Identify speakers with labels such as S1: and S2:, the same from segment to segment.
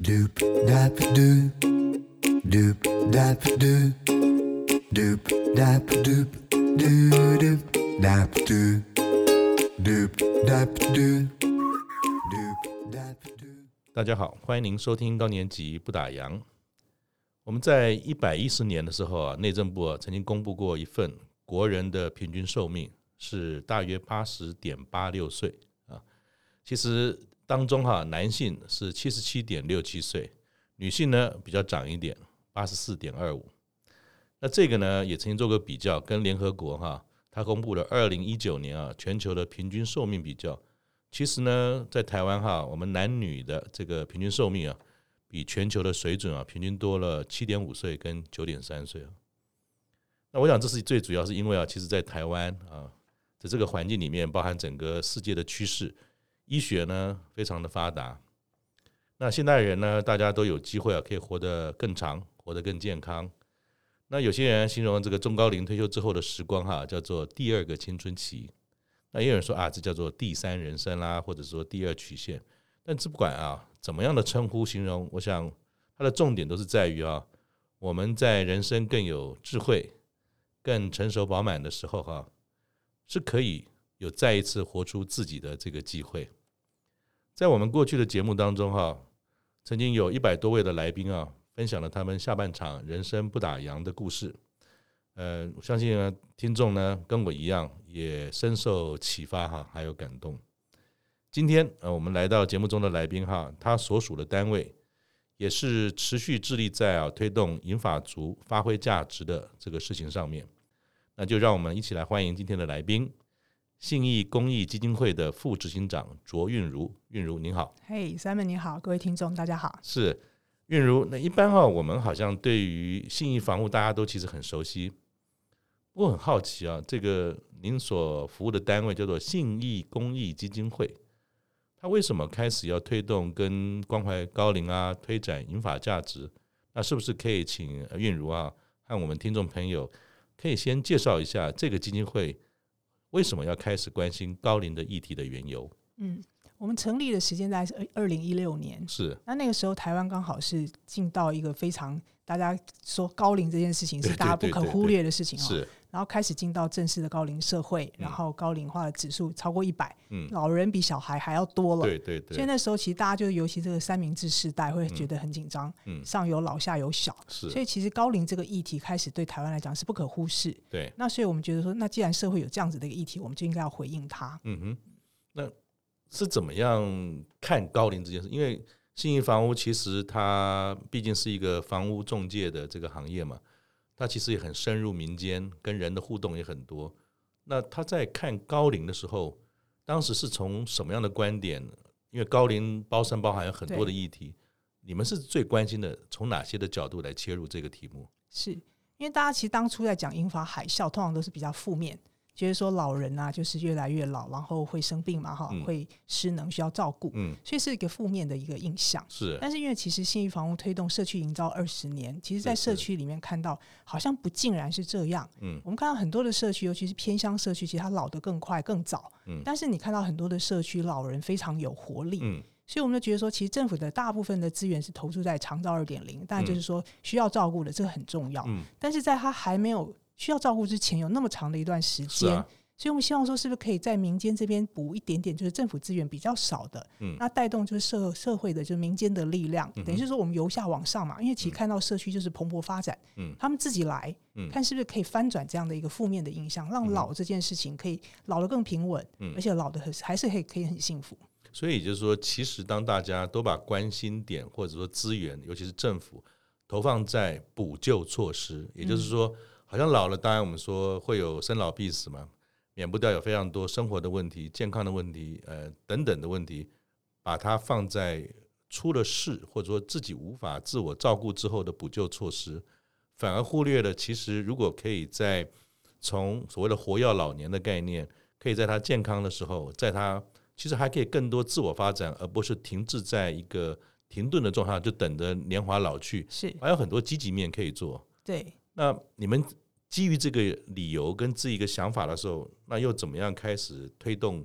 S1: Doop dap doop. Doop dap doop. Doop dap doop. Doo doop dap doop. Doop dap doop. Doop dap doop.
S2: 大家好，欢迎您收听高年级不打烊。我们在一百一十年的时候啊，内政部啊曾经公布过一份国人的平均寿命是大约八十点八六岁啊。其实当中哈、男性是七十七点六七岁，女性呢比较长一点，八十四点二五。那这个呢也曾经做过比较，跟联合国哈、它公布了二零一九年啊全球的平均寿命比较，其实呢，在台湾哈，我们男女的这个平均寿命啊，比全球的水准啊，平均多了七点五岁跟九点三岁啊。那我想这是最主要是因为啊，其实在台湾啊的这个环境里面，包含整个世界的趋势，医学呢非常的发达。那现代人呢，大家都有机会啊，可以活得更长，活得更健康。那有些人形容这个中高龄退休之后的时光哈、叫做第二个青春期。那也有人说啊，这叫做第三人生啦，或者说第二曲线。但这不管啊，怎么样的称呼形容，我想它的重点都是在于啊，我们在人生更有智慧、更成熟饱满的时候哈、是可以有再一次活出自己的这个机会。在我们过去的节目当中哈、曾经有一百多位的来宾啊，分享了他们下半场人生不打烊的故事。呃，我相信呢，听众呢跟我一样也深受启发哈，还有感动。今天呃，我们来到节目中的来宾哈，他所属的单位也是持续致力在啊推动银发族发挥价值的这个事情上面。那就让我们一起来欢迎今天的来宾，信义公益基金会的副执行长卓韵如。韵如您好，
S3: 嘿、s i m o n 你好，各位听众大家好。
S2: 是韵如。那一般哈、我们好像对于信义房屋大家都其实很熟悉，我很好奇啊，这个您所服务的单位叫做信义公益基金会，它为什么开始要推动跟关怀高龄啊，推展银发价值？那是不是可以请呃韵如啊，和我们听众朋友可以先介绍一下这个基金会为什么要开始关心高龄的议题的缘由？
S3: 嗯，我们成立的时间大概是二零一六年，
S2: 是
S3: 那那个时候台湾刚好是进到一个非常大家说高龄这件事情
S2: 对
S3: 是
S2: 对
S3: 大家不
S2: 对
S3: 可
S2: 对
S3: 忽
S2: 对
S3: 略的事情哦，
S2: 是，
S3: 然后开始进到正式的高龄社会，然
S2: 嗯
S3: 后高龄化的指数超过一百、
S2: 嗯，
S3: 老人比小孩还要多了。
S2: 对对
S3: 所以
S2: 对，
S3: 那时候其实大家就尤其这个三明治世代会觉得很紧张，
S2: 嗯，
S3: 上有老下有小，所
S2: 是，
S3: 以其实高龄这个议题开始对台湾来讲是不可忽视。
S2: 对。
S3: 那所以我们觉得说，那既然社会有这样子的一个议题，我们就应该要回应它。
S2: 嗯哼，那是怎么样看高龄这件事？因为信义房屋其实它毕竟是一个房屋中介的这个行业嘛，它其实也很深入民间，跟人的互动也很多。那他在看高龄的时候，当时是从什么样的观点？因为高龄包山包含有很多的
S3: 对
S2: 议题，你们是最关心的，从哪些的角度来切入这个题目？
S3: 是因为大家其实当初在讲英法海啸，通常都是比较负面，觉得说老人啊就是越来越老，然后会生病嘛，哈、
S2: 嗯
S3: 会失能，需要照顾，
S2: 嗯，
S3: 所以是一个负面的一个印象。
S2: 是，
S3: 但是因为其实信义房屋推动社区营造二十年，其实在
S2: 是
S3: 社
S2: 是
S3: 区里面看到好像不尽然是这样。
S2: 嗯
S3: 我们看到很多的社区，尤其是偏乡社区，其实它老得更快更早。
S2: 嗯
S3: 但是你看到很多的社区老人非常有活力，
S2: 嗯
S3: 所以我们就觉得说，其实政府的大部分的资源是投注在长照二点零，但就是说需要照顾的这个很重要。
S2: 嗯，
S3: 但是在他还没有需要照顾之前，有那么长的一段时
S2: 是
S3: 间，
S2: 啊，
S3: 所以我们希望说，是不是可以在民间这边补一点点，就是政府资源比较少的，
S2: 嗯
S3: 那带动就是社社会的就是民间的力量，
S2: 嗯哼
S3: 等于是说我们由下往上嘛，因为其实
S2: 嗯
S3: 看到社区就是蓬勃发展，
S2: 嗯
S3: 他们自己来，
S2: 嗯
S3: 看是不是可以翻转这样的一个负面的印象，
S2: 嗯
S3: 让
S2: 哼
S3: 老这件事情可以老得更平稳，
S2: 嗯
S3: 而且老的很还是可以可以很幸福。
S2: 所以也就是说，其实当大家都把关心点或者说资源，尤其是政府投放在补救措施，也就是说，好像老了，当然我们说会有生老病死嘛，免不掉有非常多生活的问题、健康的问题，呃等等的问题，把它放在出了事或者说自己无法自我照顾之后的补救措施，反而忽略了其实如果可以在从所谓的活药老年的概念，可以在他健康的时候，在他其实还可以更多自我发展，而不是停滞在一个停顿的状态，就等着年华老去，
S3: 是
S2: 还有很多积极面可以做。
S3: 对。
S2: 那你们基于这个理由跟这一个想法的时候，那又怎么样开始推动？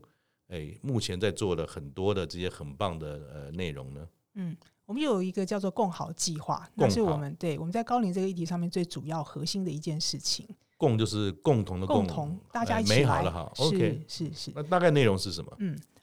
S2: 哎，目前在做了很多的这些很棒的呃内容呢？
S3: 嗯，我们又有一个叫做“共好”计划，那是
S2: 共好
S3: 我们对我们在高龄这个议题上面最主要核心的一件事情。
S2: 共就是共同的
S3: 共同大家
S2: 哎
S3: 一起
S2: 美好
S3: 来，
S2: 的好。OK，
S3: 是是是。
S2: 那大概内容是什么？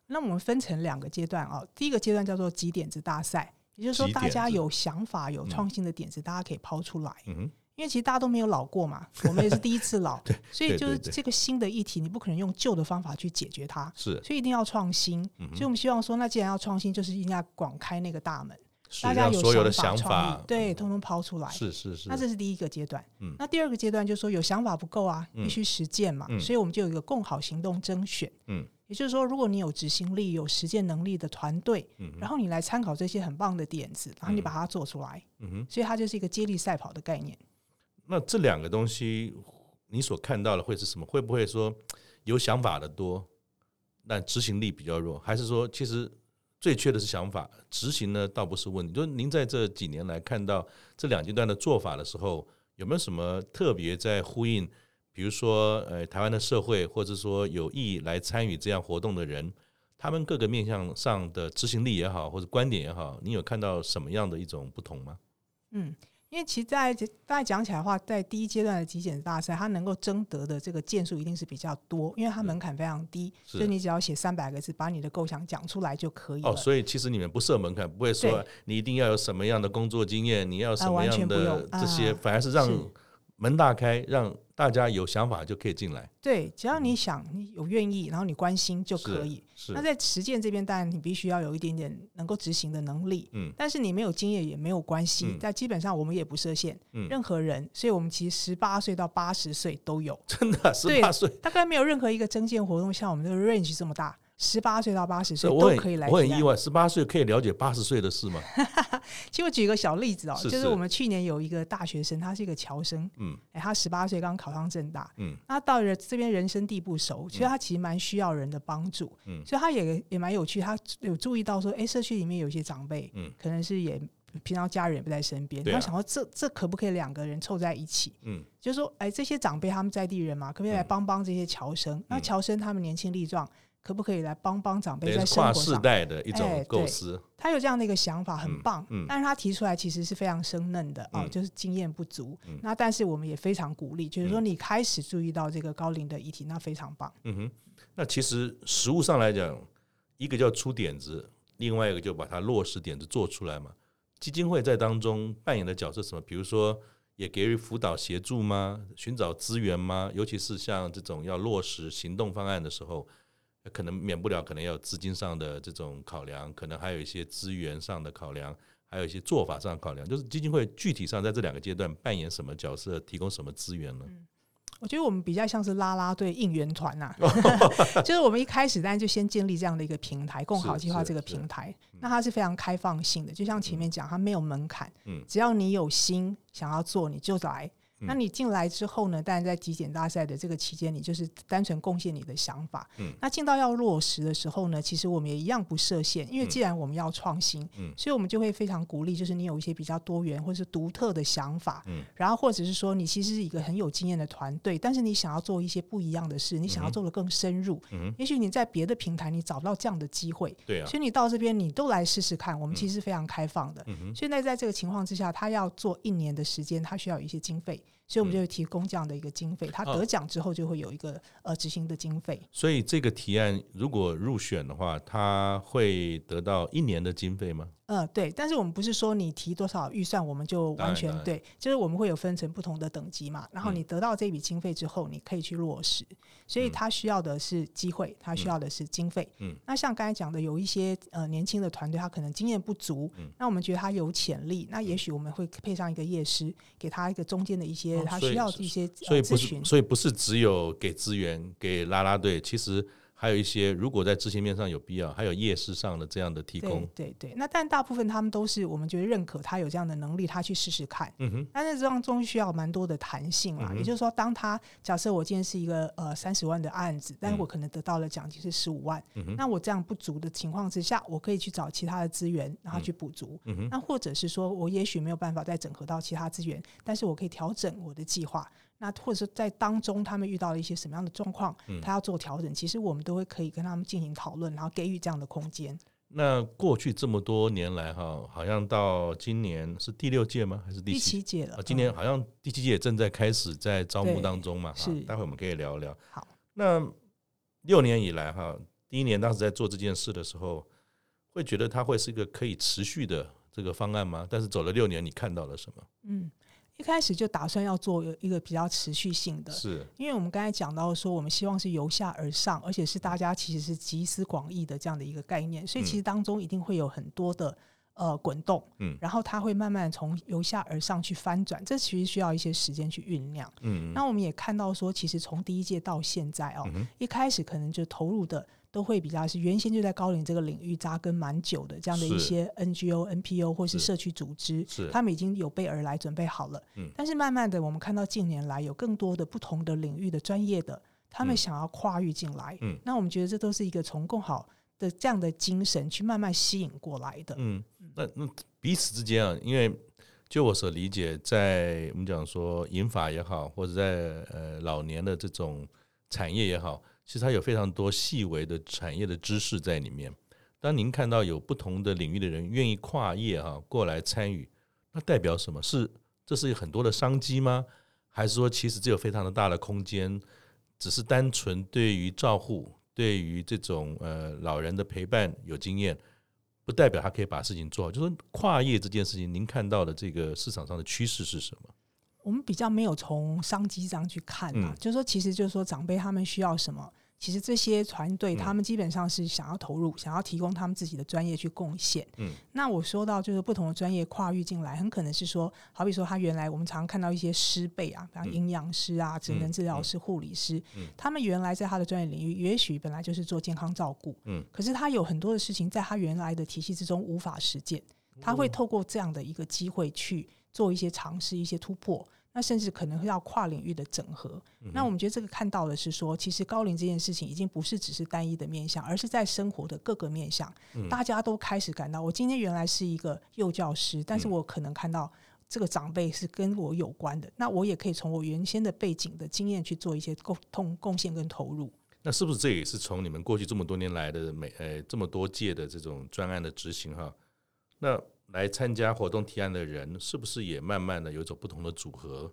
S3: 那我们分成两个阶段哦，第一个阶段叫做集点子大赛，也就是说
S2: 集
S3: 大家
S2: 点子
S3: 有想法、有
S2: 嗯
S3: 创新的点子，大家可以抛出来。
S2: 嗯哼，
S3: 因为其实大家都没有老 过嘛，我们也是第一次老，所以
S2: 对
S3: 就是
S2: 对对
S3: 这个新的议题，你不可能用旧的方法去解决它，
S2: 是
S3: 所以一定要创新。
S2: 嗯哼
S3: 所以我们希望说，那既然要创新，就是一定要广开那个大门，
S2: 是
S3: 大家
S2: 让所有的想
S3: 想创
S2: 法嗯
S3: 意，，对，通通抛出来。
S2: 是是是
S3: 那，这是第一个阶段。
S2: 嗯
S3: 那第二个阶段就是说，有想法不够啊，
S2: 嗯
S3: 必须实践嘛。
S2: 嗯
S3: 所以我们就有一个共好行动甄选。
S2: 嗯
S3: 也就是说，如果你有执行力、有实践能力的团队，
S2: 嗯哼
S3: 然后你来参考这些很棒的点子，然后
S2: 嗯
S3: 你把它做出来，
S2: 嗯哼。
S3: 所以它就是一个接力赛跑的概念。
S2: 那这两个东西，你所看到的会是什么？会不会说有想法的多，但执行力比较弱？还是说其实最缺的是想法，执行呢倒不是问题？就是您在这几年来看到这两阶段的做法的时候，有没有什么特别在呼应？比如说，呃，台湾的社会，或者说有意来参与这样活动的人，他们各个面向上的执行力也好，或者观点也好，你有看到什么样的一种不同吗？
S3: 嗯，因为其实在大家讲起来的话，在第一阶段的极简大赛，它能够征得的这个件数一定是比较多，因为它门槛非常低，
S2: 嗯是
S3: 所以你只要写三百个字，把你的构想讲出来就可以了。
S2: 哦，所以其实你们不设门槛，不会说
S3: 对啊
S2: 你一定要有什么样的工作经验，你要什么
S3: 完全
S2: 样
S3: 不
S2: 的
S3: 用
S2: 这些，
S3: 啊
S2: 反而是让
S3: 是
S2: 门大开，让大家有想法就可以进来。
S3: 对，只要你想，你有愿意，然后你关心就可以。
S2: 嗯是
S3: 那，在实践这边，当然你必须要有一点点能够执行的能力。
S2: 嗯
S3: 但是你没有经验也没有关系，
S2: 嗯
S3: 在基本上我们也不设限、
S2: 嗯
S3: 任何人，所以我们其实十八岁到八十岁都有，
S2: 真的啊十
S3: 对
S2: 八岁，
S3: 大概没有任何一个征件活动像我们这个 range 这么大，十八岁到八十岁
S2: 所以我
S3: 都可以来
S2: 很我很
S3: 提案
S2: 意外，十八岁可以了解八十岁的事吗？
S3: 其实我举一个小例子哦，
S2: 是
S3: 就是
S2: 是
S3: 我们去年有一个大学生，他是一个侨生，
S2: 嗯
S3: 哎，他十八岁刚考上正大，
S2: 嗯，
S3: 那到了这边人生地不熟，所以他其实蛮需要人的帮助，
S2: 嗯
S3: 所以他也也蛮有趣，他有注意到说，哎，社区里面有一些长辈，
S2: 嗯
S3: 可能是也平常家人也不在身边，
S2: 对啊
S3: 他想说这这可不可以两个人凑在一起？
S2: 嗯
S3: 就是说，哎，这些长辈他们在地人嘛，可不可以来
S2: 嗯
S3: 帮帮这些侨生？那侨生他们年轻力壮，可不可以来帮帮长
S2: 等
S3: 辈
S2: 于
S3: 在
S2: 是
S3: 生
S2: 跨
S3: 活
S2: 世
S3: 上？
S2: 代的一
S3: 哎
S2: 种构
S3: 对
S2: 思，
S3: 他有这样的一个想法，很
S2: 嗯
S3: 棒。
S2: 嗯
S3: 但是他提出来其实是非常生嫩的啊、
S2: 嗯
S3: 就是经验不足。
S2: 嗯
S3: 那但是我们也非常鼓励，就是说
S2: 嗯
S3: 你开始注意到这个高龄的议题，那非常棒。
S2: 嗯哼，那其实实物上来讲，一个叫出点子，另外一个就把它落实点子做出来嘛。基金会在当中扮演的角色是什么？比如说，也给予辅导协助吗？寻找资源吗？尤其是像这种要落实行动方案的时候，呃可能免不了可能要有资金上的这种考量，可能还有一些资源上的考量，还有一些做法上的考量。就是基金会具体上在这两个阶段扮演什么角色，提供什么资源呢？
S3: 我觉得我们比较像是啦啦队应援 团呐、就是我们一开始当然就先建立这样的一个平台，共好计划
S2: 是
S3: 这个
S2: 是
S3: 平台，那它是非常开放性的，就像前面讲，它没有门槛，
S2: 嗯
S3: 只要你有心想要做，你就来。
S2: 嗯
S3: 那你进来之后呢？当然，在极简大赛的这个期间，你就是单纯贡献你的想法。
S2: 嗯
S3: 那进到要落实的时候呢，其实我们也一样不设限，因为既然我们要创新，
S2: 嗯
S3: 所以我们就会非常鼓励，就是你有一些比较多元或是独特的想法，
S2: 嗯
S3: 然后或者是说你其实是一个很有经验的团队，但是你想要做一些不一样的事，你想要做的更深入，
S2: 嗯哼
S3: 也许你在别的平台你找不到这样的机会，
S2: 对啊
S3: 所，以你到这边你都来试试看，我们其实是非常开放的。
S2: 嗯哼。
S3: 所以那在这个情况之下，他要做一年的时间，他需要有一些经费，所以
S2: 嗯
S3: 我们就会提供这样的一个经费。他
S2: 哦
S3: 得奖之后就会有一个呃执行的经费。
S2: 所以这个提案如果入选的话，他会得到一年的经费吗？
S3: 嗯，对，但是我们不是说你提多少预算，我们就
S2: 当然
S3: 完全
S2: 当然
S3: 对，就是我们会有分成不同的等级嘛。然后
S2: 嗯
S3: 你得到这笔经费之后，你可以去落实。所以
S2: 嗯
S3: 他需要的是机会，他需要的是经费。
S2: 嗯，
S3: 那像刚才讲的，有一些呃年轻的团队，他可能经验不足，
S2: 嗯
S3: 那我们觉得他有潜力，那也许我们会配上一个夜师，给他一个中间的一些、
S2: 哦
S3: 他
S2: 所以
S3: 需要的一些、
S2: 所以
S3: 呃、
S2: 不
S3: 咨
S2: 是
S3: 询，。
S2: 所以不是只有给资源给啦啦队，其实还有一些如果在执行面上有必要，还有夜市上的这样的提
S3: 对
S2: 供。
S3: 对对，那但大部分他们都是我们觉得认可他有这样的能力，他去试试看。
S2: 嗯哼，
S3: 但是这当中需要蛮多的弹性啦，
S2: 嗯哼
S3: 也就是说，当他假设我今天是一个呃三十万的案子，但是我可能得到了奖金是十五万，
S2: 嗯哼，
S3: 那我这样不足的情况之下，我可以去找其他的资源，然后去补足。
S2: 嗯哼，
S3: 那或者是说我也许没有办法再整合到其他资源，但是我可以调整我的计划。那或者是在当中他们遇到了一些什么样的状况
S2: 嗯，
S3: 他要做调整，其实我们都会可以跟他们进行讨论，然后给予这样的空间。
S2: 那过去这么多年来，哈，好像到今年是第六届吗？还是第
S3: 第
S2: 七？
S3: 七届了
S2: 啊，，今年好像第七届正在开始在招募
S3: 嗯对
S2: 当中嘛，哈
S3: 是
S2: 待会我们可以聊一聊。
S3: 好，
S2: 那六年以来哈，第一年当时在做这件事的时候，会觉得它会是一个可以持续的这个方案吗？但是走了六年，你看到了什么？
S3: 嗯，一开始就打算要做一个比较持续性的，
S2: 是
S3: 因为我们刚才讲到说，我们希望是由下而上，而且是大家其实是集思广益的这样的一个概念，所以其实当中一定会有很多的呃滚动，
S2: 嗯
S3: 然后它会慢慢从由下而上去翻转，这其实需要一些时间去酝酿。
S2: 嗯
S3: 那我们也看到说，其实从第一届到现在哦，
S2: 嗯
S3: 一开始可能就投入的都会比较是原先就在高龄这个领域扎根蛮久的这样的一
S2: 是
S3: 些 NGO、NPO 或是
S2: 是
S3: 社区组织，
S2: 是
S3: 他们已经有备而来，准备好了。
S2: 嗯
S3: 但是慢慢的，我们看到近年来有更多的不同的领域的专业的，他们
S2: 嗯
S3: 想要跨域进来。
S2: 嗯
S3: 那我们觉得这都是一个从共好的这样的精神去慢慢吸引过来的。
S2: 嗯，那那彼此之间啊，因为就我所理解，在我们讲说银法也好，或者在呃老年的这种产业也好，其实它有非常多细微的产业的知识在里面。当您看到有不同的领域的人愿意跨业哈、过来参与，那代表什么？是这是有很多的商机吗？还是说其实只有非常的大的空间，只是单纯对于照护、对于这种呃老人的陪伴有经验，不代表他可以把事情做好。就说跨业这件事情，您看到的这个市场上的趋势是什么？
S3: 我们比较没有从商机上去看啊，
S2: 嗯
S3: 就是说，其实就是说长辈他们需要什么，其实这些团队
S2: 嗯
S3: 他们基本上是想要投入，想要提供他们自己的专业去贡献。
S2: 嗯，
S3: 那我说到就是不同的专业跨域进来，很可能是说，好比说他原来我们常看到一些师辈啊，比方
S2: 嗯
S3: 营养师啊、职能治疗师、护理师，
S2: 嗯
S3: 他们原来在他的专业领域，也许本来就是做健康照顾，
S2: 嗯，
S3: 可是他有很多的事情在他原来的体系之中无法实践。
S2: 哦
S3: 他会透过这样的一个机会去做一些尝试、一些突破，那甚至可能会要跨领域的整合。
S2: 嗯
S3: 那我们觉得这个看到的是说，其实高龄这件事情已经不是只是单一的面向，而是在生活的各个面向，大家都开始感到，我今天原来是一个幼教师，但是我可能看到。这个长辈是跟我有关的，那我也可以从我原先的背景的经验去做一些共同贡献跟投入。
S2: 那是不是这也是从你们过去这么多年来的每呃这么多届的这种专案的执行哈？那来参加活动提案的人，是不是也慢慢的有一种不同的组合？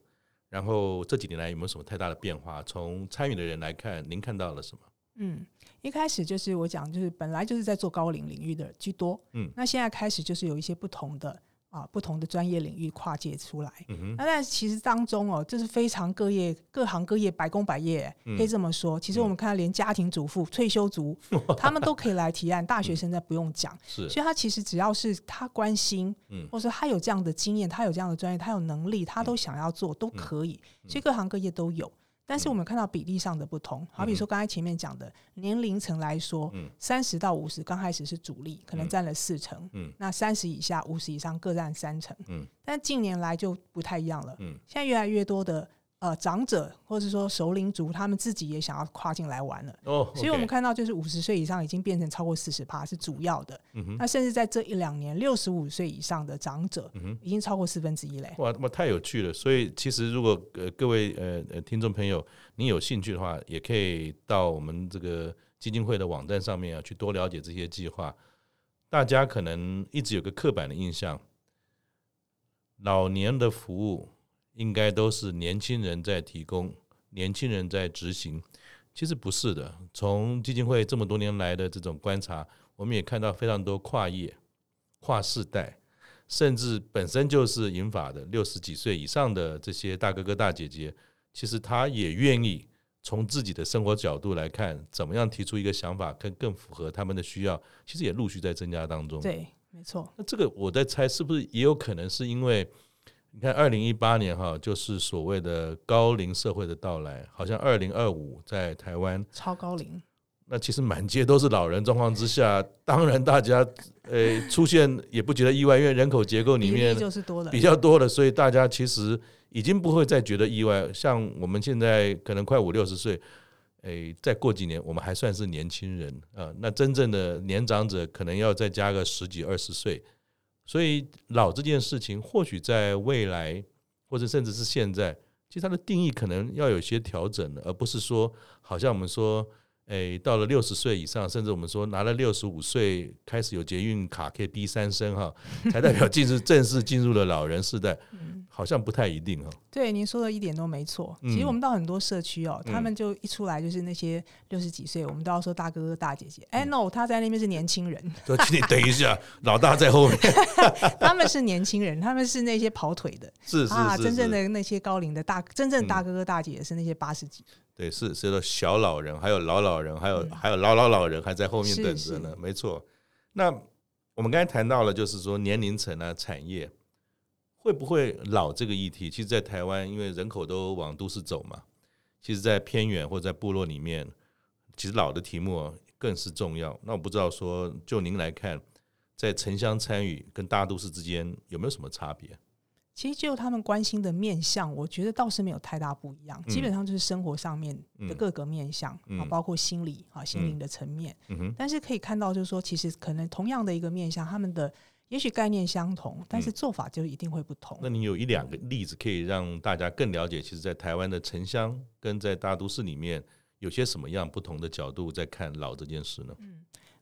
S2: 然后这几年来有没有什么太大的变化？从参与的人来看，您看到了什么？
S3: 嗯，一开始就是我讲，就是本来就是在做高龄领域的居多，
S2: 嗯
S3: 那现在开始就是有一些不同的啊，不同的专业领域跨界出来，嗯那但其实当中哦，这是非常各业各行各业百工百业，可以这么说。其实我们看到，连家庭主妇、退休族，他们都可以来提案，大学生在不用讲，
S2: 是
S3: 所以他其实只要是他关心，
S2: 嗯
S3: 或者说他有这样的经验，他有这样的专业，他有能力，他都想要做，都可
S2: 嗯
S3: 以。所以各行各业都有。但是我们看到比例上的不同，好比说刚才前面讲的年龄层来说
S2: 嗯，
S3: 三十到五十刚开始是主力，可能占了四成，
S2: 嗯
S3: 那三十以下、五十以上各占三成，
S2: 嗯
S3: 但近年来就不太一样了，
S2: 嗯
S3: 现在越来越多的呃长者或者说熟龄族，他们自己也想要跨进来玩了。
S2: 哦，
S3: 所以我们
S2: OK，
S3: 看到，就是五十岁以上已经变成超过四十趴是主要的。
S2: 嗯哼
S3: 那甚至在这一两年，六十五岁以上的长者
S2: 嗯哼
S3: 已经超过四分之一嘞。
S2: 哇，哇，太有趣了！所以其实如果呃各位呃呃听众朋友，你有兴趣的话，也可以到我们这个基金会的网站上面啊，去多了解这些计划。大家可能一直有个刻板的印象，老年的服务应该都是年轻人在提供，年轻人在执行。其实不是的，从基金会这么多年来的这种观察，我们也看到非常多跨业、跨世代，甚至本身就是银发的六十几岁以上的这些大哥哥大姐姐，其实他也愿意从自己的生活角度来看，怎么样提出一个想法，更更符合他们的需要，其实也陆续在增加当中。
S3: 对，没错，
S2: 那这个我在猜，是不是也有可能是因为你看，二零一八年哈，就是所谓的高龄社会的到来，好像二零二五在台湾，
S3: 超高龄。
S2: 那其实满街都是老人状况之下，当然大家呃出现也不觉得意外，因为人口结构里
S3: 比
S2: 面
S3: 例就是多了
S2: 比。较多了，所以大家其实已经不会再觉得意外。像我们现在可能快五六十岁，诶，再过几年我们还算是年轻人啊、呃那真正的年长者可能要再加个十几二十岁。所以老这件事情，或许在未来，或者甚至是现在，其实它的定义可能要有些调整了，而不是说好像我们说，诶诶，到了六十岁以上，甚至我们说拿了六十五岁开始有捷运卡可以滴三升哈，才代表进入正式进入了老人世代，
S3: 嗯
S2: 好像不太一定哈。哦
S3: 对，您说的一点都没错。其
S2: 嗯
S3: 实我们到很多社区哦，他们就一出来就是那些六十几岁，我们都要说大哥哥大姐姐。
S2: 嗯
S3: 哎、no，他在那边是年轻人，
S2: 说请你等一下，老大在后面，
S3: 他们是年轻人，他们是那些跑腿的
S2: 是是是，
S3: 啊，
S2: 是
S3: 真正的那些高龄的大，真正
S2: 嗯
S3: 大哥哥大姐姐是那些八十几。
S2: 对，是是的，小老人，还有老老人，还有、还有老老老人还在后面
S3: 嗯是
S2: 等着
S3: 是
S2: 呢，没错。那我们刚才谈到了，就是说年龄层啊，产业会不会老这个议题，其实，在台湾，因为人口都往都市走嘛，其实，在偏远或者在部落里面，其实老的题目哦更是重要。那我不知道说，就您来看，在城乡参与跟大都市之间有没有什么差别？
S3: 其实就他们关心的面向，我觉得倒是没有太大不一样，
S2: 嗯
S3: 基本上就是生活上面的
S2: 嗯
S3: 各个面向、啊
S2: 嗯，
S3: 包括心理啊、心灵的层面。
S2: 嗯哼，
S3: 但是可以看到，就是说，其实可能同样的一个面向，他们的也许概念相同，但是做法就一定会不同。
S2: 嗯那你有一两个例子可以让大家更了解，其实，在台湾的城乡跟在大都市里面有些什么样不同的角度在看老这件事呢？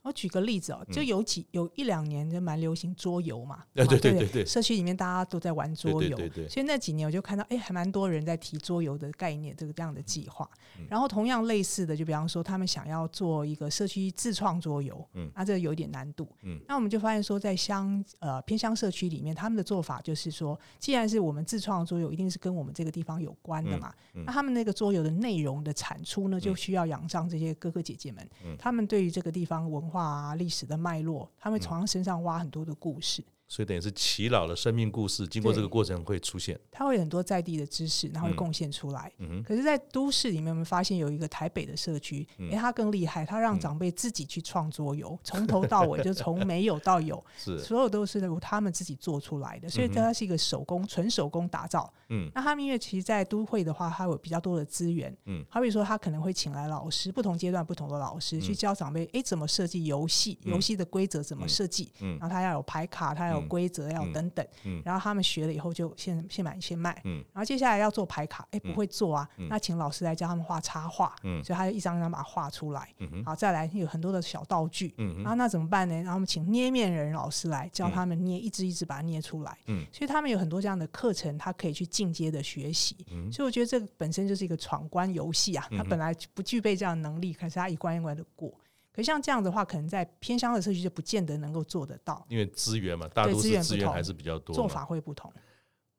S3: 我举个例子哦，就有几有一两年就蛮流行桌游嘛，
S2: 嗯对
S3: 啊
S2: 对对
S3: 不
S2: 对对
S3: 社区里面大家都在玩桌游，
S2: 对对对对
S3: 所以那几年我就看到，哎，还蛮多人在提桌游的概念，这个这样的计划。
S2: 嗯
S3: 然后同样类似的，就比方说他们想要做一个社区自创桌游，
S2: 嗯
S3: 那这个有一点难度，
S2: 嗯
S3: 那我们就发现说，在乡呃偏乡社区里面，他们的做法就是说，既然是我们自创的桌游，一定是跟我们这个地方有关的嘛，
S2: 嗯嗯嗯
S3: 那他们那个桌游的内容的产出呢，就需要仰仗这些哥哥姐姐们，他们对于这个地方文化啊、历史的脉络，他们从他们身上挖很多的故事，
S2: 所以等于是祈老的生命故事，经过这个过程会出现。
S3: 他会有很多在地的知识，然后会贡献出来。
S2: 嗯哼，
S3: 可是，在都市里面，我们发现有一个台北的社区，
S2: 嗯
S3: 诶，他更厉害，他让长辈自己去创桌游，从头到尾就从没有到有，
S2: 是，
S3: 所有都是由他们自己做出来的，所以它是一个手工、纯手工打造。
S2: 嗯
S3: 那他们因为其实，在都会的话，它有比较多的资源，
S2: 嗯，
S3: 好比说他可能会请来老师，不同阶段不同的老师、去教长辈，诶，怎么设计游戏，游戏的规则怎么设计，
S2: 嗯嗯
S3: 然后他要有牌卡，他要有规则，要有等等，
S2: 嗯
S3: 然后他们学了以后就现现买现卖，
S2: 嗯
S3: 然后接下来要做牌卡，诶，不会做啊，
S2: 嗯
S3: 那请老师来教他们画插画，
S2: 嗯
S3: 所以他就一张一张把它画出来，
S2: 嗯哼，
S3: 好，再来有很多的小道具，
S2: 嗯哼，
S3: 然后那怎么办呢？然后我们请捏面人老师来教他们捏，一只一只把它捏出来。
S2: 嗯，
S3: 所以他们有很多这样的课程，他可以去进阶的学习。嗯，所以我觉得这个本身就是一个闯关游戏
S2: 嗯
S3: 啊，他本来不具备这样的能力，可是他一关一关的过。可像这样的话，可能在偏乡的社区就不见得能够做得到，
S2: 因为资源嘛，大都
S3: 资
S2: 市
S3: 源不
S2: 资源
S3: 同
S2: 还是比较多嘛。
S3: 做法会不同。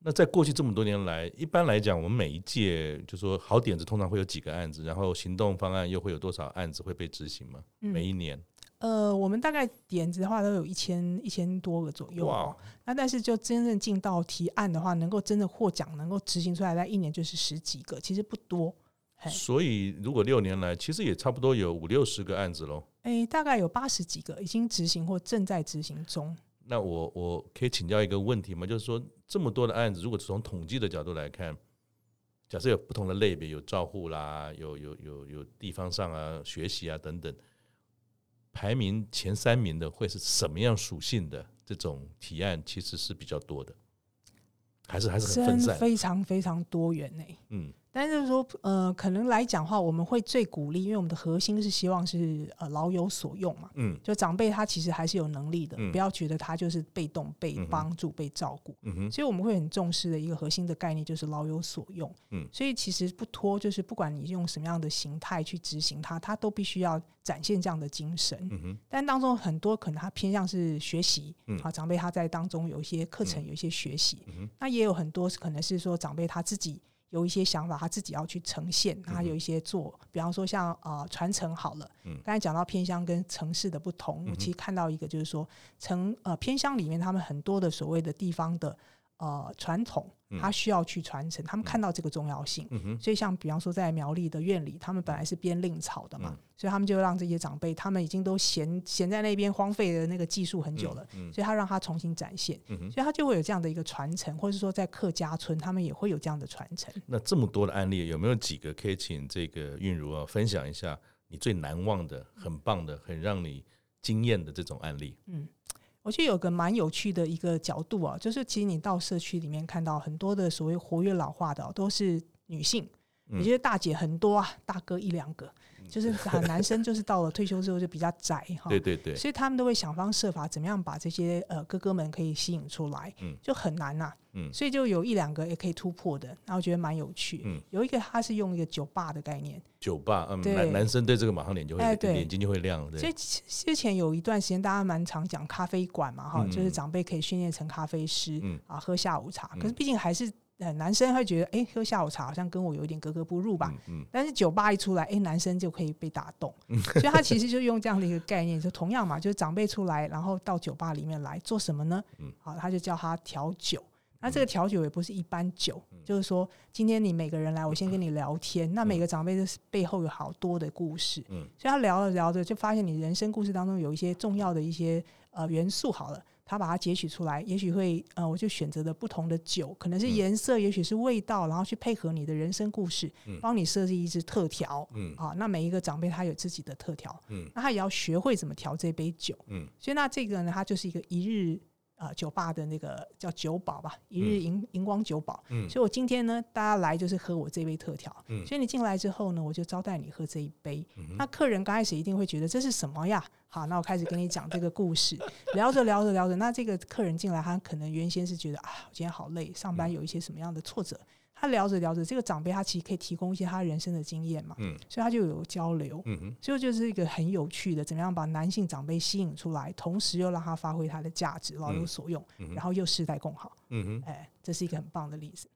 S2: 那在过去这么多年来，一般来讲，我们每一届就说好点子通常会有几个案子，然后行动方案又会有多少案子会被执行吗？每一年，
S3: 呃，我们大概点子的话都有一千一千多个左右、
S2: 哇
S3: 哦，那但是就真正进到提案的话，能够真的获奖、能够执行出来，在一年就是十几个，其实不多。嘿
S2: 所以如果六年来，其实也差不多有五六十个案子喽。
S3: 诶，大概有八十几个已经执行或正在执行中。
S2: 那我我可以请教一个问题吗？就是说，这么多的案子，如果从统计的角度来看，假设有不同的类别，有照护啦，有有有有地方上啊、学习啊等等，排名前三名的会是什么样属性的这种提案，其实是比较多的，还是还是很
S3: 真
S2: 分散？
S3: 非常非常多元呢、
S2: 嗯
S3: 但是说，呃，可能来讲话，我们会最鼓励，因为我们的核心是希望是呃老有所用嘛。
S2: 嗯
S3: 就长辈他其实还是有能力的，
S2: 嗯
S3: 不要觉得他就是被动被
S2: 嗯哼
S3: 帮助、被照顾。
S2: 嗯哼
S3: 所以我们会很重视的一个核心的概念就是老有所用。
S2: 嗯
S3: 所以其实不拖，就是不管你用什么样的形态去执行它，它都必须要展现这样的精神。
S2: 嗯哼
S3: 但当中很多可能他偏向是学习，
S2: 嗯
S3: 啊，长辈他在当中有一些课程，有一些学习，
S2: 嗯哼
S3: 那也有很多是可能是说长辈他自己有一些想法，他自己要去呈现，那他有一些做，比方说像呃传承好了，
S2: 嗯
S3: 刚才讲到偏乡跟城市的不同，我其实看到一个就是说城呃偏乡里面他们很多的所谓的地方的呃传统，他需要去传承，他们看到这个重要性，
S2: 嗯哼
S3: 所以像比方说在苗栗的院里，他们本来是编令草的
S2: 嗯
S3: 嘛，所以他们就让这些长辈，他们已经都闲闲在那边荒废了那个技术很久了，所以他让他重新展现，
S2: 嗯哼。
S3: 所以他就会有这样的一个传承，或者说在客家村，他们也会有这样的传承。
S2: 那这么多的案例，有没有几个可以请这个韵如啊分享一下你最难忘的、很棒的、很让你惊艳的这种案例？
S3: 我觉得有个蛮有趣的一个角度啊，就是其实你到社区里面看到很多的所谓活跃老化的哦、都是女性。
S2: 嗯
S3: 我觉得大姐很多啊，大哥一两个， 就是啊，男生就是到了退休之后就比较宅哈。
S2: 对对对，
S3: 所以他们都会想方设法，怎么样把这些呃哥哥们可以吸引出来，
S2: 嗯
S3: 就很难呐、
S2: 嗯
S3: 所以就有一两个也可以突破的，然后觉得蛮有趣。
S2: 嗯
S3: 有一个他是用一个酒吧的概念，
S2: 酒吧，嗯，
S3: 对
S2: 男男生对这个马上脸就会
S3: 哎对
S2: 眼睛就会亮，
S3: 所
S2: 对
S3: 以其之前有一段时间大家蛮常讲咖啡馆嘛哈，
S2: 嗯
S3: 就是长辈可以训练成咖啡师、
S2: 嗯
S3: 啊，喝下午茶。
S2: 嗯
S3: 可是毕竟还是呃男生会觉得，哎、喝下午茶好像跟我有一点格格不入吧。
S2: 嗯嗯
S3: 但是酒吧一出来，哎、男生就可以被打动，所以他其实就用这样的一个概念，就同样嘛，就是长辈出来，然后到酒吧里面来做什么呢
S2: 嗯？
S3: 好，他就叫他调酒。那这个调酒也不是一般酒，
S2: 嗯
S3: 就是说今天你每个人来，我先跟你聊天，那每个长辈的背后有好多的故事，
S2: 嗯
S3: 所以他聊着聊着就发现你人生故事当中有一些重要的一些呃元素，好了。他把它截取出来，也许会呃，我就选择的不同的酒，可能是
S2: 嗯
S3: 颜色，也许是味道，然后去配合你的人生故事，帮你设计一支特调。
S2: 嗯
S3: 啊，那每一个长辈他有自己的特调，
S2: 嗯
S3: 那他也要学会怎么调这杯酒。
S2: 嗯，
S3: 所以那这个呢，它就是一个一日呃酒吧的那个叫酒保吧，一日荧荧光酒保。
S2: 嗯
S3: 所以我今天呢，大家来就是喝我这杯特调。
S2: 嗯
S3: 所以你进来之后呢，我就招待你喝这一杯。
S2: 嗯哼
S3: 那客人刚开始一定会觉得这是什么呀？好，那我开始跟你讲这个故事，聊着聊着聊着，那这个客人进来，他可能原先是觉得啊，我今天好累，上
S2: 嗯
S3: 班有一些什么样的挫折。他聊着聊着，这个长辈他其实可以提供一些他人生的经验嘛，
S2: 嗯
S3: 所以他就有交流。
S2: 嗯哼
S3: 所以就是一个很有趣的，怎么样把男性长辈吸引出来，同时又让他发挥他的价值，老有所用，
S2: 嗯哼
S3: 然后又世代共好，
S2: 嗯哼。
S3: 哎，这是一个很棒的例子。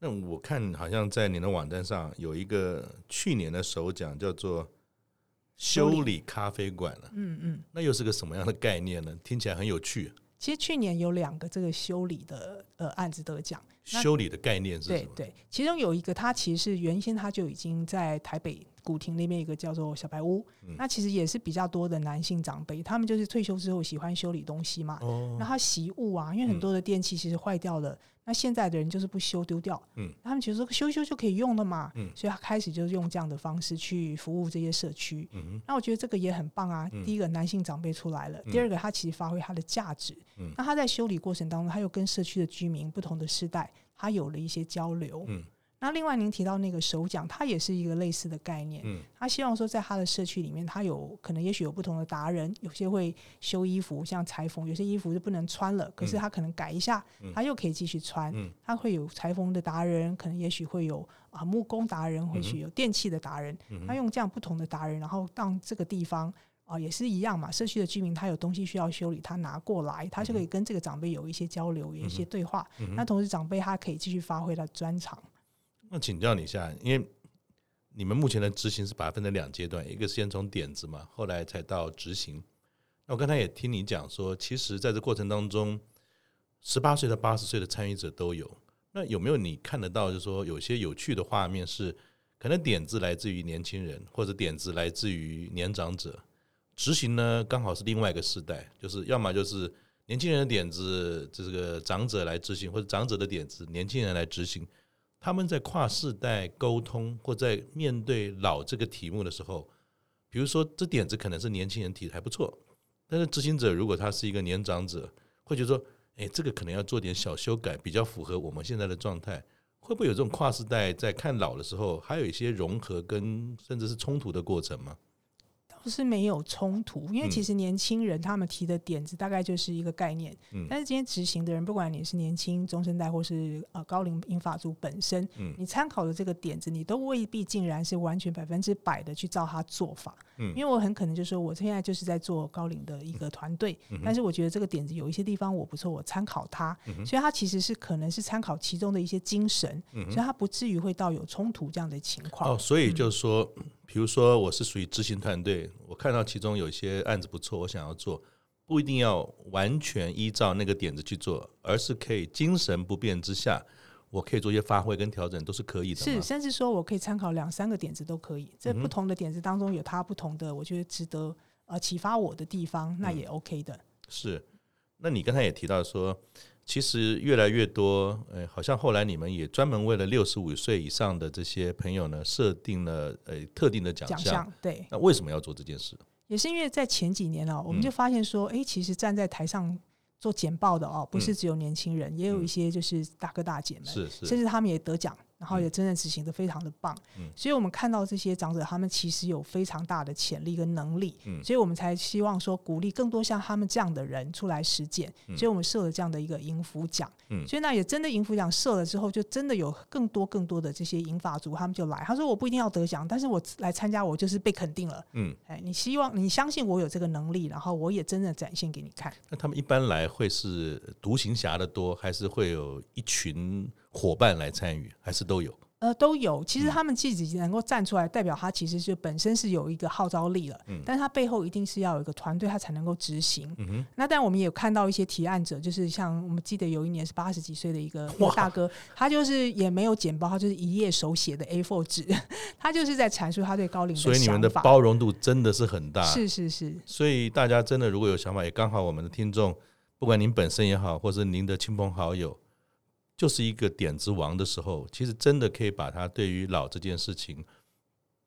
S2: 那我看好像在你的网站上有一个去年的首奖叫做“修理咖啡馆”了，
S3: 嗯嗯，
S2: 那又是个什么样的概念呢？听起来很有趣。啊
S3: 其实去年有两个这个修理的呃案子得奖，那
S2: 修理的概念是什
S3: 对
S2: 么？
S3: 对，其中有一个他其实是原先他就已经在台北古亭那边有一个叫做小白屋，
S2: 嗯
S3: 那其实也是比较多的男性长辈，他们就是退休之后喜欢修理东西嘛，
S2: 哦
S3: 那，它习物啊，因为
S2: 嗯
S3: 很多的电器其实坏掉了，那现在的人就是不修丢掉，
S2: 嗯，
S3: 他们觉得说修一修就可以用了嘛，
S2: 嗯
S3: 所以他开始就是用这样的方式去服务这些社区。
S2: 嗯
S3: 那我觉得这个也很棒啊！
S2: 嗯
S3: 第一个，男性长辈出来了；第二个，他其实发挥他的价值。
S2: 嗯
S3: 那他在修理过程当中，他又跟社区的居民不同的世代，他有了一些交流。
S2: 嗯
S3: 那另外，您提到那个首奖，它也是一个类似的概念。
S2: 嗯
S3: 他希望说，在他的社区里面，他有可能也许有不同的达人，有些会修衣服，像裁缝，有些衣服就不能穿了，可是他可能改一下，他又可以继续穿。
S2: 嗯
S3: 他会有裁缝的达人，可能也许会有啊木工达人，或许有电器的达人。他用这样不同的达人，然后让这个地方。啊、也是一样嘛。社区的居民他有东西需要修理，他拿过来，他就可以跟这个长辈有一些交流，有一些对话。那同时，长辈他可以继续发挥他的专长。
S2: 那请教你一下，因为你们目前的执行是把它分成两阶段，一个先从点子嘛，后来才到执行。那我刚才也听你讲说，其实在这过程当中，十八岁到八十岁的参与者都有。那有没有你看得到，就是说有些有趣的画面是，可能点子来自于年轻人，或者点子来自于年长者，执行呢刚好是另外一个世代，就是要么就是年轻人的点子，这个长者来执行，或者长者的点子年轻人来执行。他们在跨世代沟通或在面对老这个题目的时候，比如说这点子可能是年轻人提的还不错，但是执行者如果他是一个年长者，会觉得说，哎，这个可能要做点小修改，比较符合我们现在的状态。会不会有这种跨世代在看老的时候，还有一些融合跟甚至是冲突的过程吗？
S3: 倒是没有冲突，因为
S2: 嗯
S3: 其实年轻人他们提的点子大概就是一个概念，
S2: 嗯
S3: 但是今天执行的人，不管你是年轻、中生代或是呃高龄银发族本身，
S2: 嗯
S3: 你参考的这个点子，你都未必竟然是完全百分之百的去照他做法，
S2: 嗯
S3: 因为我很可能就说我现在就是在做高龄的一个团队，
S2: 嗯
S3: 但是我觉得这个点子有一些地方我不错，我参考它，所以它其实是可能是参考其中的一些精神，所以它不至于会到有冲突这样的情
S2: 嗯
S3: 况。
S2: 哦，所以就是说，比如说我是属于执行团队，我看到其中有一些案子不错，我想要做，不一定要完全依照那个点子去做，而是可以精神不变之下，我可以做一些发挥跟调整，都是可以的嘛。
S3: 是，甚至说我可以参考两三个点子都可以。这不同的点子当中有它不同的，我觉得值得呃启发我的地方，那也 OK 的。
S2: 是，那你刚才也提到说，其实越来越多，呃，好像后来你们也专门为了六十五岁以上的这些朋友呢，设定了呃特定的奖
S3: 奖
S2: 项。
S3: 项对，
S2: 那为什么要做这件事？
S3: 也是因为在前几年哦，我们就发现说，诶，其实站在台上啊做简报的哦，不是只有年轻人，也有一些就是大哥大姐们，
S2: 是是
S3: 甚至他们也得奖。然后也真正执行的非常的棒。
S2: 嗯
S3: 所以我们看到这些长者，他们其实有非常大的潜力跟能力，
S2: 嗯
S3: 所以我们才希望说鼓励更多像他们这样的人出来实践。
S2: 嗯
S3: 所以我们设了这样的一个银福奖，
S2: 嗯
S3: 所以那也真的银福奖设了之后，就真的有更多更多的这些银发族他们就来，他说我不一定要得奖，但是我来参加我就是被肯定了。
S2: 嗯，
S3: 哎，你希望你相信我有这个能力，然后我也真的展现给你看。
S2: 那他们一般来会是独行侠的多，还是会有一群伙伴来参与，还是都有？
S3: 呃，都有。其实
S2: 嗯
S3: 他们自己能够站出来，代表他其实是本身是有一个号召力了，
S2: 嗯
S3: 但是他背后一定是要有一个团队，他才能够执行。
S2: 嗯哼，
S3: 那但我们也有看到一些提案者，就是像我们记得有一年是八十几岁的一个一个
S2: 哇
S3: 大哥，他就是也没有简报，他就是一页手写的 A4 纸， 他就是在阐述他对高龄的
S2: 所以你们的
S3: 想法
S2: 包容度真的是很大。
S3: 是是是，
S2: 所以大家真的如果有想法，也刚好我们的听众，不管您本身也好，或是您的亲朋好友，就是一个点子王的时候，其实真的可以把他对于老这件事情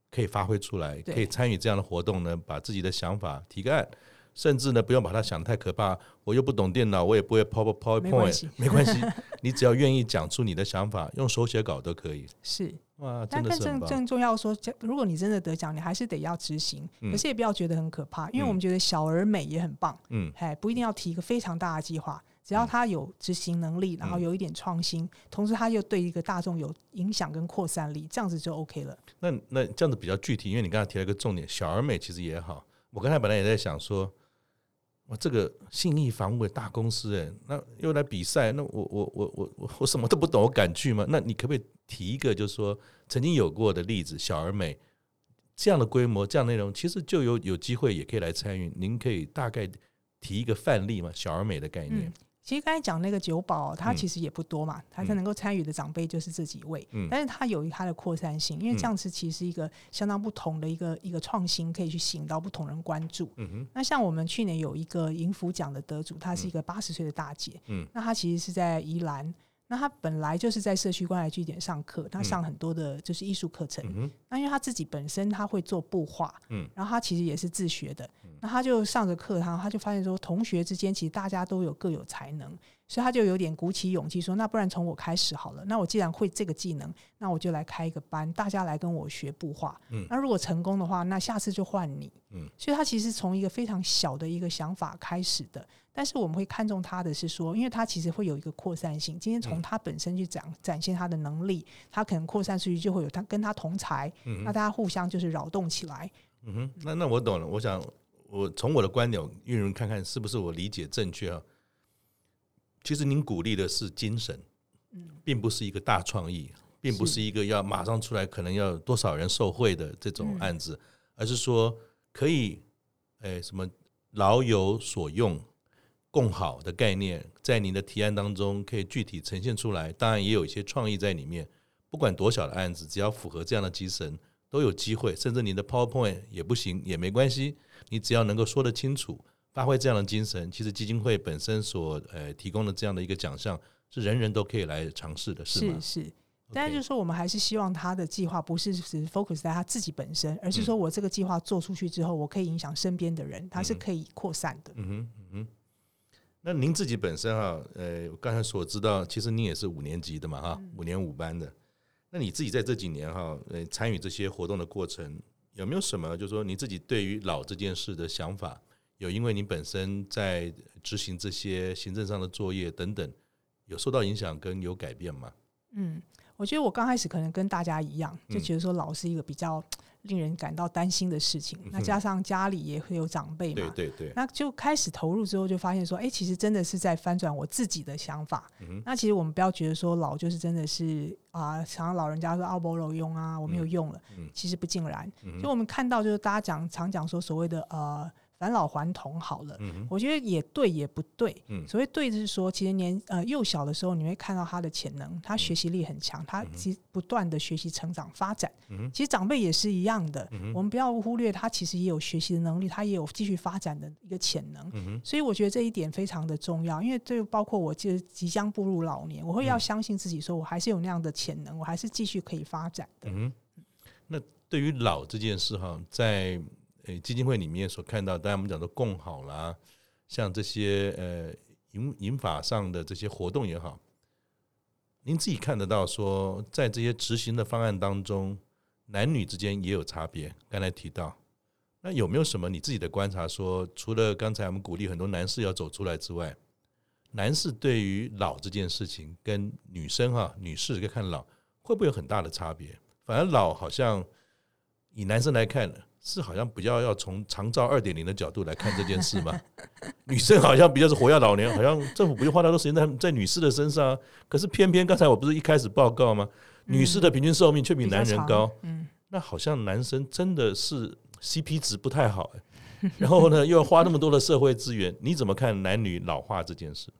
S2: 可以发挥出来，
S3: 对
S2: 可以参与这样的活动呢，把自己的想法提个案。甚至呢，不用把它想得太可怕。我又不懂电脑，我也不会 Power
S3: 没关
S2: PowerPoint，
S3: 系
S2: 没关系。 你只要愿意讲出你的想法，用手写稿都可以。
S3: 是，
S2: 哇，真
S3: 但
S2: 的
S3: 更
S2: 是很
S3: 正
S2: 棒。
S3: 更重要说，这如果你真的得奖，你还是得要执行，
S2: 嗯
S3: 可是也不要觉得很可怕，因为
S2: 嗯
S3: 我们觉得小而美也很棒，
S2: 嗯
S3: 哎，不一定要提一个非常大的计划，只要他有执行能力，然后
S2: 嗯
S3: 有一点创新，同时他又对一个大众有影响跟扩散力，这样子就 OK 了。
S2: 那那这样子比较具体，因为你刚才提了一个重点，小而美其实也好。我刚才本来也在想说，哇，这个信义房屋的大公司，哎，那又来比赛，那我我我我我我什么都不懂，我敢去吗？那你可不可以提一个，就是说曾经有过的例子，小而美这样的规模、这样的内容，其实就有有机会也可以来参与。您可以大概提一个范例嘛，小而美的概念
S3: 嗯。其实刚才讲那个九保，它
S2: 嗯
S3: 其实也不多嘛，他
S2: 嗯
S3: 才能够参与的长辈就是这几位，
S2: 嗯
S3: 但是它有它的扩散性，因为
S2: 嗯
S3: 这样子其实是一个相当不同的一个一个创新，可以去吸引到不同人关注。
S2: 嗯哼，
S3: 那像我们去年有一个银福奖的得主，她是一个八十岁的大姐，
S2: 嗯
S3: 那她其实是在宜兰，那她本来就是在社区关爱据点上课，她上很多的就是艺术课程，
S2: 嗯哼，
S3: 那因为他自己本身他会做布画，
S2: 嗯
S3: 然后他其实也是自学的，那他就上着课，然后他就发现说，同学之间其实大家都有各有才能，所以他就有点鼓起勇气说，那不然从我开始好了。那我既然会这个技能，那我就来开一个班，大家来跟我学布画。
S2: 嗯
S3: 那如果成功的话，那下次就换你。
S2: 嗯，
S3: 所以他其实从一个非常小的一个想法开始的，但是我们会看重他的是说，因为他其实会有一个扩散性，今天
S2: 嗯
S3: 从他本身去展展现他的能力，他可能扩散出去就会有他跟他同才，
S2: 嗯哼
S3: 那大家互相就是扰动起来。
S2: 嗯哼，那那我懂了。我想，我从我的观点，玉人看看是不是我理解正确啊？其实您鼓励的是精神，并不是一个大创意，并不
S3: 是
S2: 是一个要马上出来可能要多少人受贿的这种案子，而是说可以，哎，什么老有所用。共好的概念在您的提案当中可以具体呈现出来，当然也有一些创意在里面。不管多小的案子，只要符合这样的精神，都有机会。甚至你的 PowerPoint 也不行也没关系，你只要能够说得清楚，发挥这样的精神，其实基金会本身所呃提供的这样的一个奖项，是人人都可以来尝试的，是吗？
S3: 是
S2: OK
S3: 但是就是说，我们还是希望他的计划不是只 focus 在他自己本身，而
S2: 嗯
S3: 是说我这个计划做出去之后，我可以影响身边的人，他是可以扩散的。
S2: 嗯哼，嗯哼。那您自己本身啊，呃，我刚才所知道，其实你也是五年级的嘛，哈，五年五班的。那你自己在这几年哈、呃，参与这些活动的过程，有没有什么，就是说你自己对于老这件事的想法，有因为你本身在执行这些行政上的作业等等，有受到影响跟有改变吗？
S3: 嗯，我觉得我刚开始可能跟大家一样，就
S2: 嗯
S3: 觉得说老是一个比较令人感到担心的事情。那加上家里也会有长辈
S2: 嗯对
S3: 嘛，
S2: 对对，
S3: 那就开始投入之后，就发现说，哎、其实真的是在翻转我自己的想法。
S2: 嗯
S3: 那其实我们不要觉得说老就是真的是啊，常常老人家说啊，我有用啊，我没有用了，
S2: 嗯
S3: 其实不尽然。
S2: 嗯
S3: 就我们看到，就是大家讲常讲说所谓的呃返老还童好了，
S2: 嗯哼，
S3: 我觉得也对，也不对。
S2: 嗯
S3: 所谓对，就是说，其实年呃幼小的时候，你会看到他的潜能，他
S2: 嗯
S3: 学习力很强，他其实不断的学习、成长、发展。
S2: 嗯哼
S3: 其实长辈也是一样的，
S2: 嗯哼
S3: 我们不要忽略他其实也有学习的能力，他也有继续发展的一个潜能。
S2: 嗯哼，
S3: 所以我觉得这一点非常的重要，因为这包括我就是即将步入老年，我
S2: 嗯
S3: 会要相信自己，说我还是有那样的潜能，我还是继续可以发展的。
S2: 嗯哼，那对于老这件事哈，在呃基金会里面所看到，当然我们讲的共好啦，像这些呃引引法上的这些活动也好，您自己看得到说，在这些执行的方案当中，男女之间也有差别。刚才提到，那有没有什么你自己的观察说，除了刚才我们鼓励很多男士要走出来之外，男士对于老这件事情跟女生哈、女士跟看老会不会有很大的差别？反而老好像以男生来看是好像比较要从长照二点零的角度来看这件事嘛， 女生好像比较是活跃老年，好像政府不用花太多时间在在女士的身上啊、可是偏偏刚才我不是一开始报告吗？女士的平均寿命却比男人高，
S3: 嗯，
S2: 那好像男生真的是 CP 值不太好、哎然后呢，又要花那么多的社会资源，你怎么看男女老化这件事？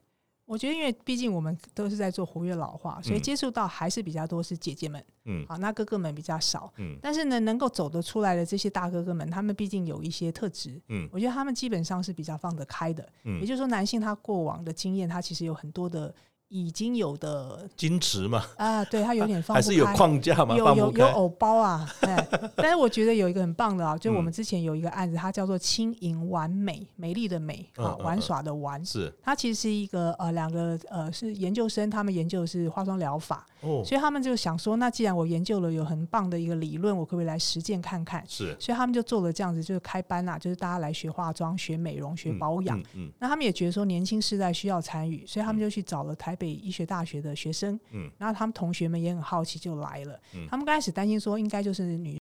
S3: 我觉得因为毕竟我们都是在做活跃老化，所以
S2: 嗯
S3: 接触到还是比较多是姐姐们，
S2: 嗯
S3: 好，那哥哥们比较少。
S2: 嗯
S3: 但是呢，能够走得出来的这些大哥哥们，他们毕竟有一些特质，
S2: 嗯
S3: 我觉得他们基本上是比较放得开的。也
S2: 嗯，
S3: 就是说，男性他过往的经验，他其实有很多的已经有的
S2: 矜持嘛，
S3: 啊，对他有点放
S2: 还
S3: 不开，
S2: 是有框架嘛，
S3: 有
S2: 放不
S3: 有有
S2: 开。嗯
S3: 偶包啊，哎， 但是我觉得有一个很棒的啊，就我们之前有一个案子，它叫做“轻盈完美”，美丽的美啊，
S2: 嗯嗯
S3: 玩
S2: 嗯
S3: 耍的玩。
S2: 是
S3: 它其实是一个呃，两个呃是研究生，他们研究的是化妆疗法，
S2: 哦，
S3: 所以他们就想说，那既然我研究了有很棒的一个理论，我可不可以来实践看看？
S2: 是
S3: 所以他们就做了这样子，就是开班啦、就是大家来学化妆、学美容、学
S2: 嗯
S3: 保养。
S2: 嗯嗯
S3: 那他们也觉得说年轻世代需要参与，所以他们就去找了台北医学大学的学生，
S2: 嗯，
S3: 然后他们同学们也很好奇就来了，
S2: 嗯
S3: 他们刚开始担心说应该就是女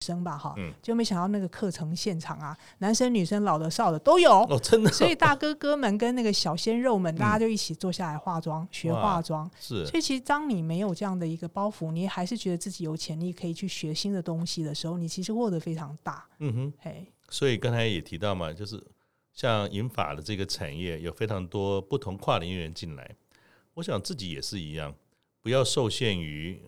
S3: 生吧，哈，
S2: 嗯
S3: 就没想到那个课程现场啊，男生女生老的少的都有，
S2: 哦，真的
S3: 所以大哥哥们跟那个小鲜肉们，大家就一起坐下来化妆、学
S2: 哇
S3: 化妆。
S2: 是
S3: 所以其实当你没有这样的一个包袱，你还是觉得自己有潜力可以去学新的东西的时候，你其实获得非常大，
S2: 嗯哼。
S3: 嘿，
S2: 所以刚才也提到嘛，就是像银发的这个产业有非常多不同跨领域人进来，我想自己也是一样，不要受限于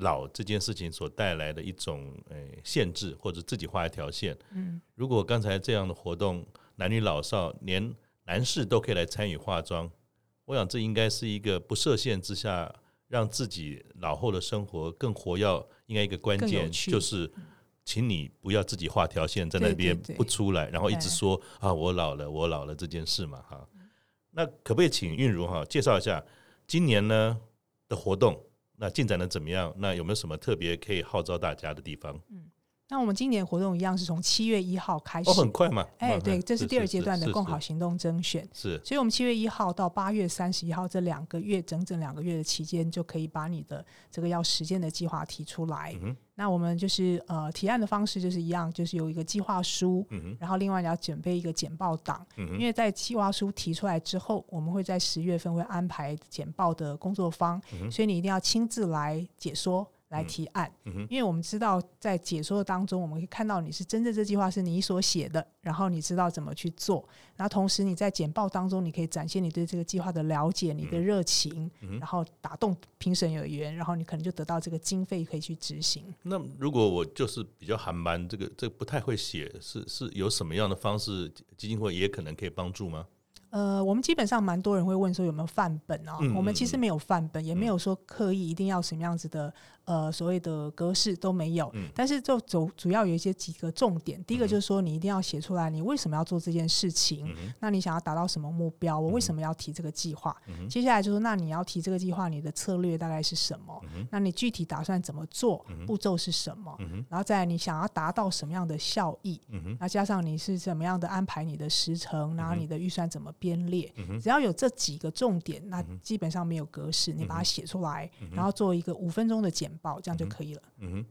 S2: 老这件事情所带来的一种呃限制，或者自己画一条线。
S3: 嗯，
S2: 如果刚才这样的活动，男女老少连男士都可以来参与化妆，我想这应该是一个不设限之下，让自己老后的生活更活跃。应该一个关
S3: 更有
S2: 键
S3: 趣
S2: 就是，请你不要自己画条线在那边
S3: 对对对
S2: 不出来，然后一直
S3: 哎
S2: 说啊我老了我老了这件事嘛哈。那可不可以请韵如哈介绍一下今年呢的活动？那进展的怎么样？那有没有什么特别可以号召大家的地方？
S3: 那我们今年活动一样是从七月一号开始
S2: 哦，，很快嘛！
S3: 哎、
S2: 嗯
S3: 对，这是第二阶段
S2: 是
S3: 的
S2: 是
S3: 共好行动甄选。
S2: 是
S3: 所以，我们七月一号到八月三十一号这两个月，整整两个月的期间，就可以把你的这个要实践的计划提出来。
S2: 嗯哼
S3: 那我们就是呃，提案的方式就是一样，就是有一个计划书，
S2: 嗯哼
S3: 然后另外你要准备一个简报档。
S2: 嗯
S3: 因
S2: 哼
S3: 为在计划书提出来之后，我们会在十月份会安排简报的工作坊，
S2: 嗯哼
S3: 所以你一定要亲自来解说、来提案。
S2: 嗯哼
S3: 因为我们知道在解说当中，我们可以看到你是真正这计划是你所写的，然后你知道怎么去做，然后同时你在简报当中，你可以展现你对这个计划的了解、你的热情，
S2: 嗯
S3: 然后打动评审委员，然后你可能就得到这个经费可以去执行。
S2: 那如果我就是比较含班，这个这个不太会写，是是有什么样的方式，基金会也可能可以帮助吗？
S3: 呃，我们基本上蛮多人会问说有没有范本啊？
S2: 嗯
S3: 我们其实
S2: 嗯嗯
S3: 没有范本，也没有说刻意一定要什么样子的呃所谓的格式都没有。
S2: 嗯
S3: 但是就走主要有一些几个重点，第一个
S2: 嗯哼
S3: 就是说你一定要写出来你为什么要做这件事情，
S2: 嗯哼嗯
S3: 那你想要达到什么目标？我为什么要提这个计划？接下来就是那你要提这个计划，你的策略大概是什么？
S2: 嗯
S3: 那你具体打算怎么做？步骤是什么？然后再来你想要达到什么样的效益？
S2: 嗯哼嗯
S3: 那加上你是怎么样的安排你的时程，然后你的预算怎么编列，只要有这几个重点，那
S2: 嗯
S3: 基本上没有格式，你把它写出来，然后做一个五分钟的简报，这样就可以了。
S2: 嗯哼，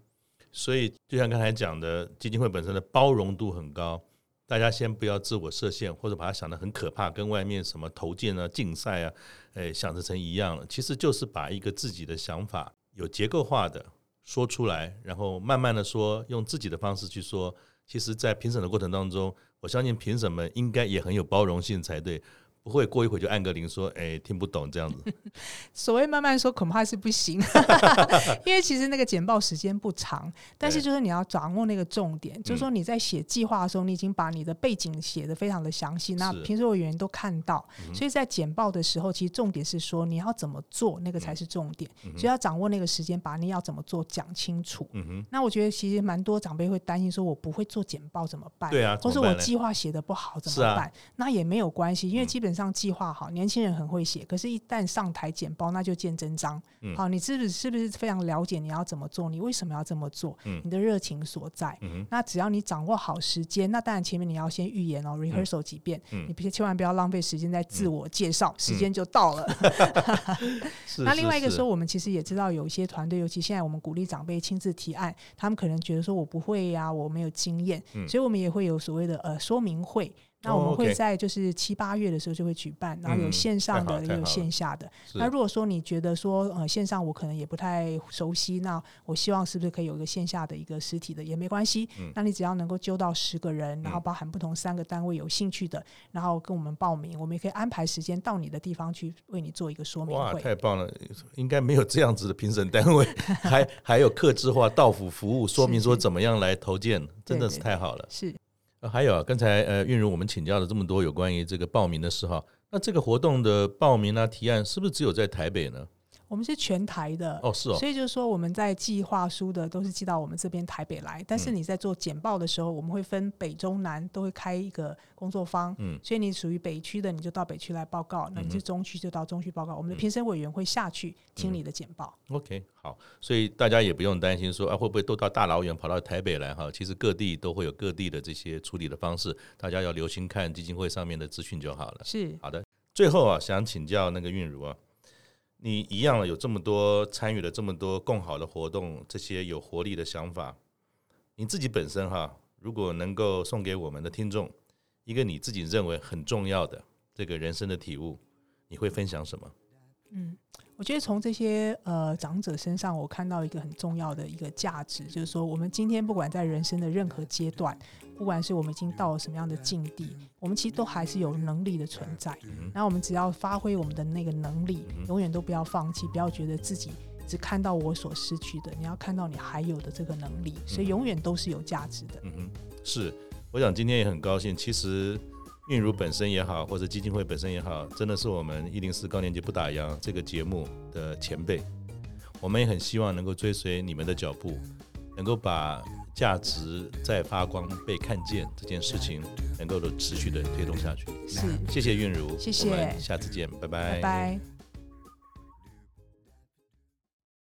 S2: 所以就像刚才讲的，基金会本身的包容度很高，大家先不要自我设限，或者把它想得很可怕，跟外面什么投件啊、竞赛啊，哎，想得成一样了。其实就是把一个自己的想法有结构化的说出来，然后慢慢的说，用自己的方式去说。其实，在评审的过程当中，我相信评审们应该也很有包容性才对，不会过一会就按个铃说，哎，听不懂这样子。
S3: 所谓慢慢说，恐怕是不行， 因为其实那个简报时间不长，但是就是你要掌握那个重点，就是说你在写计划的时候，你已经把你的背景写得非常的详细，那
S2: 是
S3: 评审委员都看到，所以在简报的时候，其实重点是说你要怎么做，那个才是重点，所以要掌握那个时间，把你要怎么做讲清楚。
S2: 嗯哼，
S3: 那我觉得其实蛮多长辈会担心，说我不会做简报怎么办？
S2: 对啊
S3: 或是
S2: 怎么
S3: 我
S2: 办呢
S3: 计划写的不好怎
S2: 是
S3: 么
S2: 啊嗯
S3: 办？那也没有关系，因为基本上计划好，年轻人很会写，可是，一旦上台简报，那就见真章。
S2: 嗯
S3: 好，你是不是是不是非常了解你要怎么做？你为什么要这么做？
S2: 嗯
S3: 你的热情所在。
S2: 嗯哼，
S3: 那只要你掌握好时间，那当然前面你要先预演哦，rehearsal 几遍，
S2: 嗯
S3: 你别千万不要浪费时间在自我介绍，时间就到了。
S2: 是。
S3: 那
S2: 是
S3: 另外一个
S2: 是
S3: 时候，我们其实也知道有一些团队，尤其现在我们鼓励长辈亲自提案，他们可能觉得说我不会呀、我没有经验，
S2: 嗯
S3: 所以我们也会有所谓的呃说明会。那我
S2: 哦
S3: 们会
S2: ，OK
S3: 在就是七八月的时候就会举办，然后有
S2: 嗯
S3: 线上
S2: 太好
S3: 的
S2: 了
S3: 也
S2: 太好
S3: 有
S2: 了
S3: 线下的。
S2: 是
S3: 那如果说你觉得说呃线上我可能也不太熟悉，那我希望是不是可以有一个线下的一个实体的也没关系。
S2: 嗯
S3: 那你只要能够揪到十个人，然后
S2: 嗯
S3: 包含不同三个单位有兴趣的，然后跟我们报名，我们也可以安排时间到你的地方去为你做一个说明
S2: 哇，
S3: 会。
S2: 太棒了！应该没有这样子的评审单位， 还还有客制化到府服务，说明说怎么样来投件，真的是
S3: 对
S2: 太好了。
S3: 是
S2: 呃还有啊，刚才呃韵如我们请教了这么多有关于这个报名的事哈，那这个活动的报名啊提案是不是只有在台北呢？
S3: 我们是全台的。
S2: 哦，是哦
S3: 所，以就是说，我们在计划书的都是寄到我们这边台北来，但是
S2: 嗯
S3: 你在做简报的时候，我们会分北中南都会开一个工作坊，
S2: 嗯
S3: 所以你属于北区的，你就到北区来报告；那你
S2: 嗯
S3: 是
S2: 哼
S3: 中区就到中区报告。我们的
S2: 嗯
S3: 评审委员会下去
S2: 嗯
S3: 听你的简报，
S2: ，OK，好，所以大家也不用担心说啊会不会都到大老远跑到台北来哈，其实各地都会有各地的这些处理的方式，大家要留心看基金会上面的资讯就好了。
S3: 是
S2: 好的，最后啊，想请教那个韵如啊，你一样了有这么多参与了这么多共好的活动，这些有活力的想法，你自己本身哈、如果能够送给我们的听众一个你自己认为很重要的这个人生的体悟，你会分享什么？
S3: 嗯，我觉得从这些呃长者身上，我看到一个很重要的一个价值，就是说，我们今天不管在人生的任何阶段，不管是我们已经到了什么样的境地，我们其实都还是有能力的存在。
S2: 嗯
S3: 然后我们只要发挥我们的那个能力
S2: 嗯哼，
S3: 永远都不要放弃，不要觉得自己只看到我所失去的，你要看到你还有的这个能力，所以永远都是有价值的。
S2: 嗯哼，是，我想今天也很高兴。其实韵如本身也好，或者基金会本身也好，真的是我们一零四高年级不打烊这个节目的前辈。我们也很希望能够追随你们的脚步，能够把价值在发光、被看见这件事情，能够的持续的推动下去。
S3: 是，
S2: 谢谢韵如，
S3: 谢谢
S2: 我们下次见，拜
S3: 拜拜。